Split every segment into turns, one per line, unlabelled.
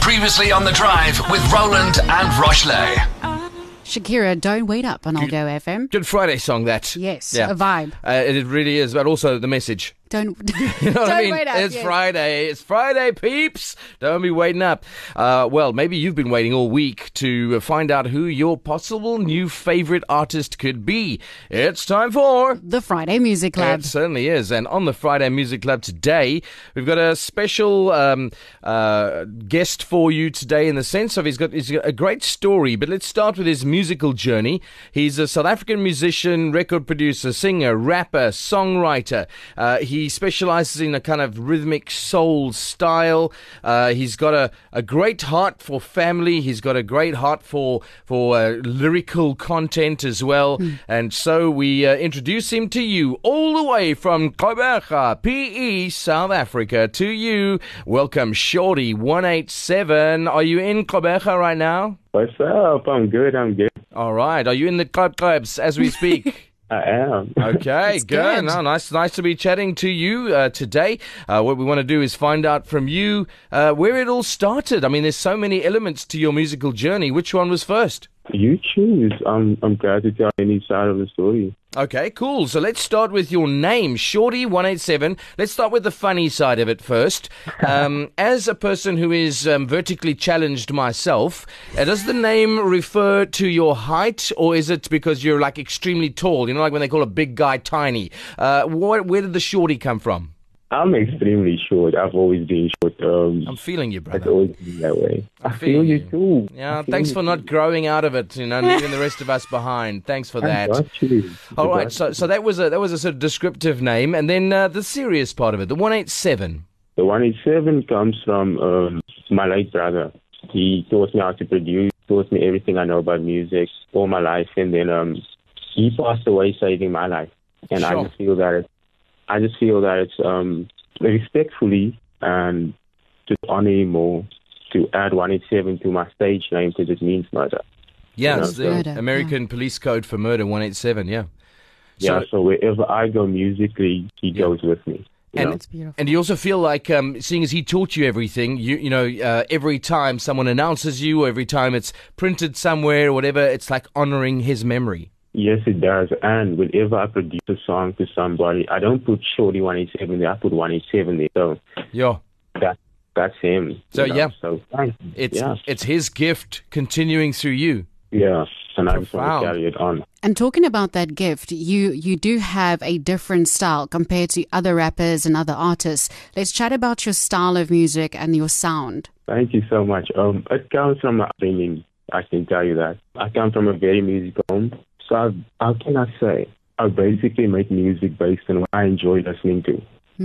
Previously on the drive with Roland and Rochley.
Shakira, don't wait up on I'll Go FM.
Good Friday song, that.
Yes, a vibe.
Uh, it it really is, but also the message.
Don't,
You know
don't
what I mean?
wait up.
it's
yes.
Friday. It's Friday, peeps. Don't be waiting up. Uh, well, maybe you've been waiting all week to uh, find out who your possible new favorite artist could be. It's time for.
The Friday Music Lab.
It certainly is. And on the Friday Music Club today, we've got a special um, uh, guest for you today in the sense of he's got, he's got a great story, but let's start with his musical journey. He's a South African musician, record producer, singer, rapper, songwriter. Uh, he specializes in a kind of rhythmic soul style. Uh, he's got a, a great heart for family. He's got a great heart for for uh, lyrical content as well. And so we uh, introduce him to you all the way from Koberga, PE, South Africa. To you, welcome Shorty One Eight Seven. Are you in Koberga right now?
What's up? I'm good. I'm good.
All right. Are you in the club clubs as we speak?
I am.
Okay,
good.
good. No, nice, nice to be chatting to you uh, today. Uh, what we want to do is find out from you uh, where it all started. I mean, there's so many elements to your musical journey. Which one was first?
You choose. I'm. I'm glad to tell any side of the story.
Okay, cool. So let's start with your name, Shorty187. Let's start with the funny side of it first. Um, as a person who is um, vertically challenged myself, uh, does the name refer to your height or is it because you're like extremely tall? You know, like when they call a big guy tiny. Uh, wh- where did the Shorty come from?
I'm extremely short. I've always been short. Um,
I'm feeling you, brother.
it's always been that way. I feel
feeling
you
you.
too.
Yeah,
I feel
thanks
you
for not growing out of it, you know, leaving the rest of us behind. Thanks for
too. I
that.
got you. I
All right,
got
so
you.
so that was a that was a sort of descriptive name, and then uh, the serious part of it, the one eight seven.
the one in seven comes from um, my late brother. He taught me how to produce. Taught me everything I know about music all my life, and then um, he passed away, saving my life. And I
Sure.
just feel that it, I just feel that it's um, respectfully and to honor him more to add one in seven to my stage name because it means murder.
Yeah,
Yeah,
it's the
so-
Murder,
American Police Code for murder, one eight seven. Yeah,
yeah, so wherever I go musically, he
Yeah.
goes with me. you
And-
know?
It's beautiful.
and you also feel like, um, seeing as he taught you everything, you you know, uh, every time someone announces you, or every time it's printed somewhere or whatever, it's like honoring his memory.
Yes, it does. And whenever I produce a song to somebody, I don't put Shorty 187 there. I put 187 there. So
Yeah.
that, that's him. you
So,
know.
yeah.
So thank you.
It's
yeah.
it's his gift continuing through you.
yeah. And I just want
profound.
to carry it on.
And talking about that gift, you you do have a different style compared to other rappers and other artists. Let's chat about your style of music and your sound.
Thank you so much. Um, it comes from my upbringing. I can tell you that. I come from a very musical home. So I, how can I say? I basically make music based on what I enjoy listening to.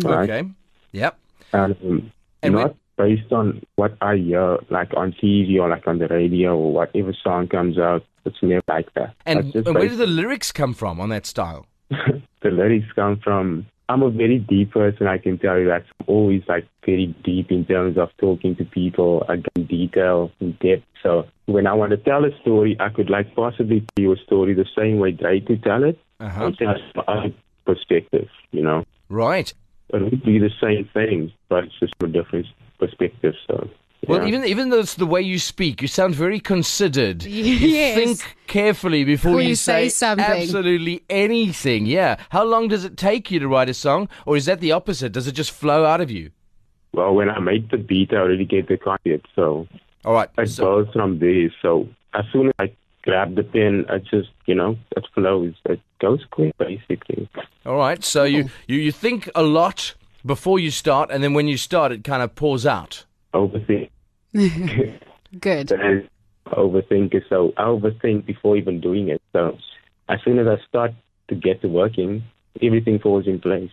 Right?
Okay. Yep.
And, um,
And
not based on what I hear, like on TV or like on the radio or whatever song comes out. It's never like that. It's
And,
just
and where do
based-
the lyrics come from on that style?
the lyrics come from? I'm a very deep person. I can tell you that. I'm always like very deep in terms of talking to people. I go in detail, in depth. So when I want to tell a story, I could like possibly tell you a story the same way Drake could tell it.
Uh-huh.
I'll tell it from my perspective, you know.
Right.
It would be the same thing, but it's just from a different perspective. So.
Well,
yeah.
even even though it's the way you speak, you sound very considered.
Yes.
You think carefully before
Before
you,
you say something.
absolutely anything. Yeah. How long does it take you to write a song, or is that the opposite? Does it just flow out of you?
Well, when I make the beat, I already get the concept. So
All right.
it
So,
goes from there. So as soon as I grab the pen, I just, you know, it flows. It goes quick, basically.
all right. So you,
Oh.
you you think a lot before you start, and then when you start, it kind of pours out.
Overthink.
Good.
Overthinker. So I overthink before even doing it. So as soon as I start to get to working, everything falls in place.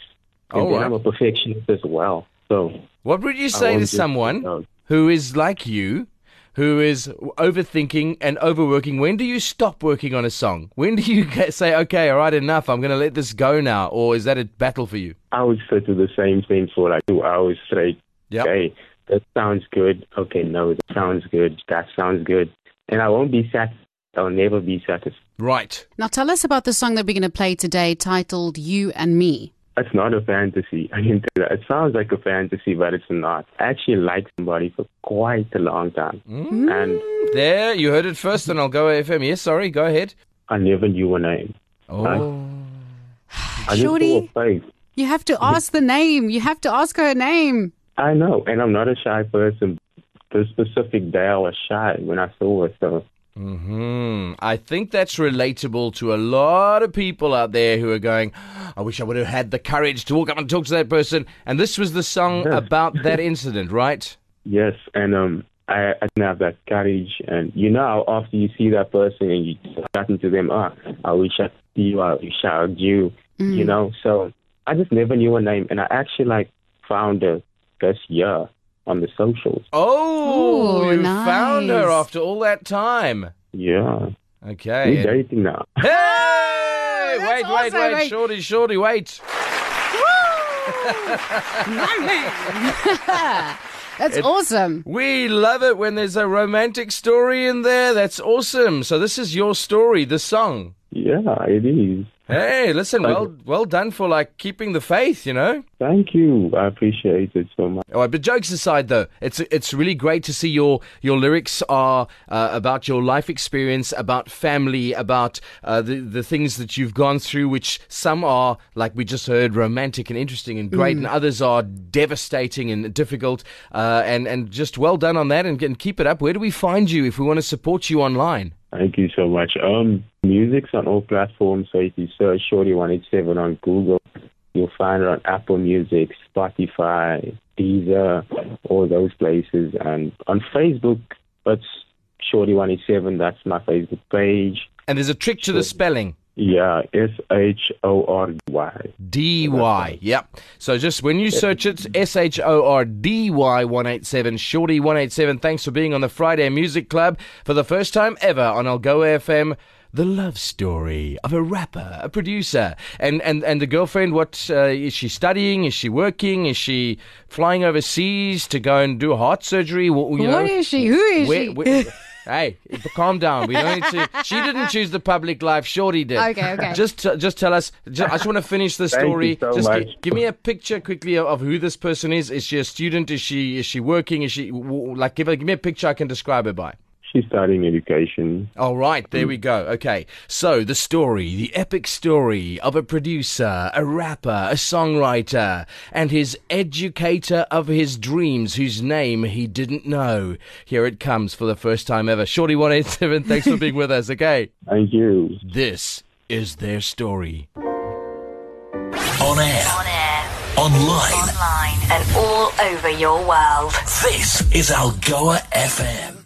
And
All
then
right.
I'm a perfectionist as well. So
What would Oh, you
I
say to
always just-
someone
No.
who is like you, who is overthinking and overworking? When do you stop working on a song? When do you get, say, okay, all right, enough, I'm going to let this go now? Or is that a battle for you?
I would sit with the same thing for like two hours straight.
Yep.
Okay, that sounds good. Okay, no, that sounds good. That sounds good. And I won't be satisfied. I'll never be satisfied.
Right.
Now tell us about the song that we're going to play today, titled "You and Me."
It's not a fantasy. I can tell you that. It sounds like a fantasy, but it's not. I actually liked somebody for quite a long time. And
There, you heard it first, and I'll go FM. Yes, sorry, go ahead.
I never knew her name.
Oh,
I just saw her
Shorty,
face.
you have to ask the name. You have to ask her name.
I know, and I'm not a shy person. The specific day I was shy when I saw her, so
hmm. I think that's relatable to a lot of people out there who are going, I wish I would have had the courage to walk up and talk to that person. And this was the song
Yeah.
about that incident, right?
yes, and um, I, I didn't have that courage. And you know, how after you see that person and you chatting to them, ah, I wish I could see you, I wish I hugged you, you know. So I just never knew her name, and I actually like found her this year on the socials.
Oh,
Ooh,
you found her
nice.
after all that time.
Yeah,
Okay.
we dating now.
Hey! Wait, wait,
Oh, awesome,
wait,
mate.
Shorty, shorty, wait.
That's awesome.
We love it when there's a romantic story in there. That's awesome. So this is your story, the song.
Yeah, it is.
Hey, listen, well well done for like keeping the faith, you know?
Thank you. I appreciate it so much.
All right, but jokes aside, though, it's it's really great to see your your lyrics are uh, about your life experience, about family, about uh, the the things that you've gone through, which some are like we just heard, romantic and interesting and great, and others are devastating and difficult. Uh, and and just well done on that, and, and keep it up. Where do we find you if we want to support you online?
Thank you so much. Um, music's on all platforms, so if you search Shorty One Eight Seven on Google, you'll find it on Apple Music, Spotify, Deezer, all those places, and on Facebook. It's Shorty One Eight Seven. That's my Facebook page.
And there's a trick to the spelling.
Yeah, S H O R Y.
D Y. Yep. So just when you search it, S H O R D Y 187, Shorty 187. Thanks for being on the Friday Music Club for the first time ever on I'll Go FM. The love story of a rapper, a producer, and and and the girlfriend. What uh, is she studying? Is she working? Is she flying overseas to go and do heart surgery? Wh- you know,
What is she? Who is
where-
she?
where- hey, calm down. We don't need to. She didn't choose the public life. Shorty did.
Okay, okay.
Just, t- just tell us. ju- I just want to finish the
you
story.
so
just gi-
much.
give me a picture quickly of, of who this person is. Is she a student? Is she is she working? Is she w- w- like give her, give me a picture I can describe her by.
She's studying education.
All right, there we go. Okay, so the story, the epic story of a producer, a rapper, a songwriter, and his educator of his dreams, whose name he didn't know. Here it comes for the first time ever. Shorty one eight seven. Thanks for being with us. Okay,
Thank you.
this is their story.
On air,
On air,
online.
online, and all over your world.
This is Algoa FM.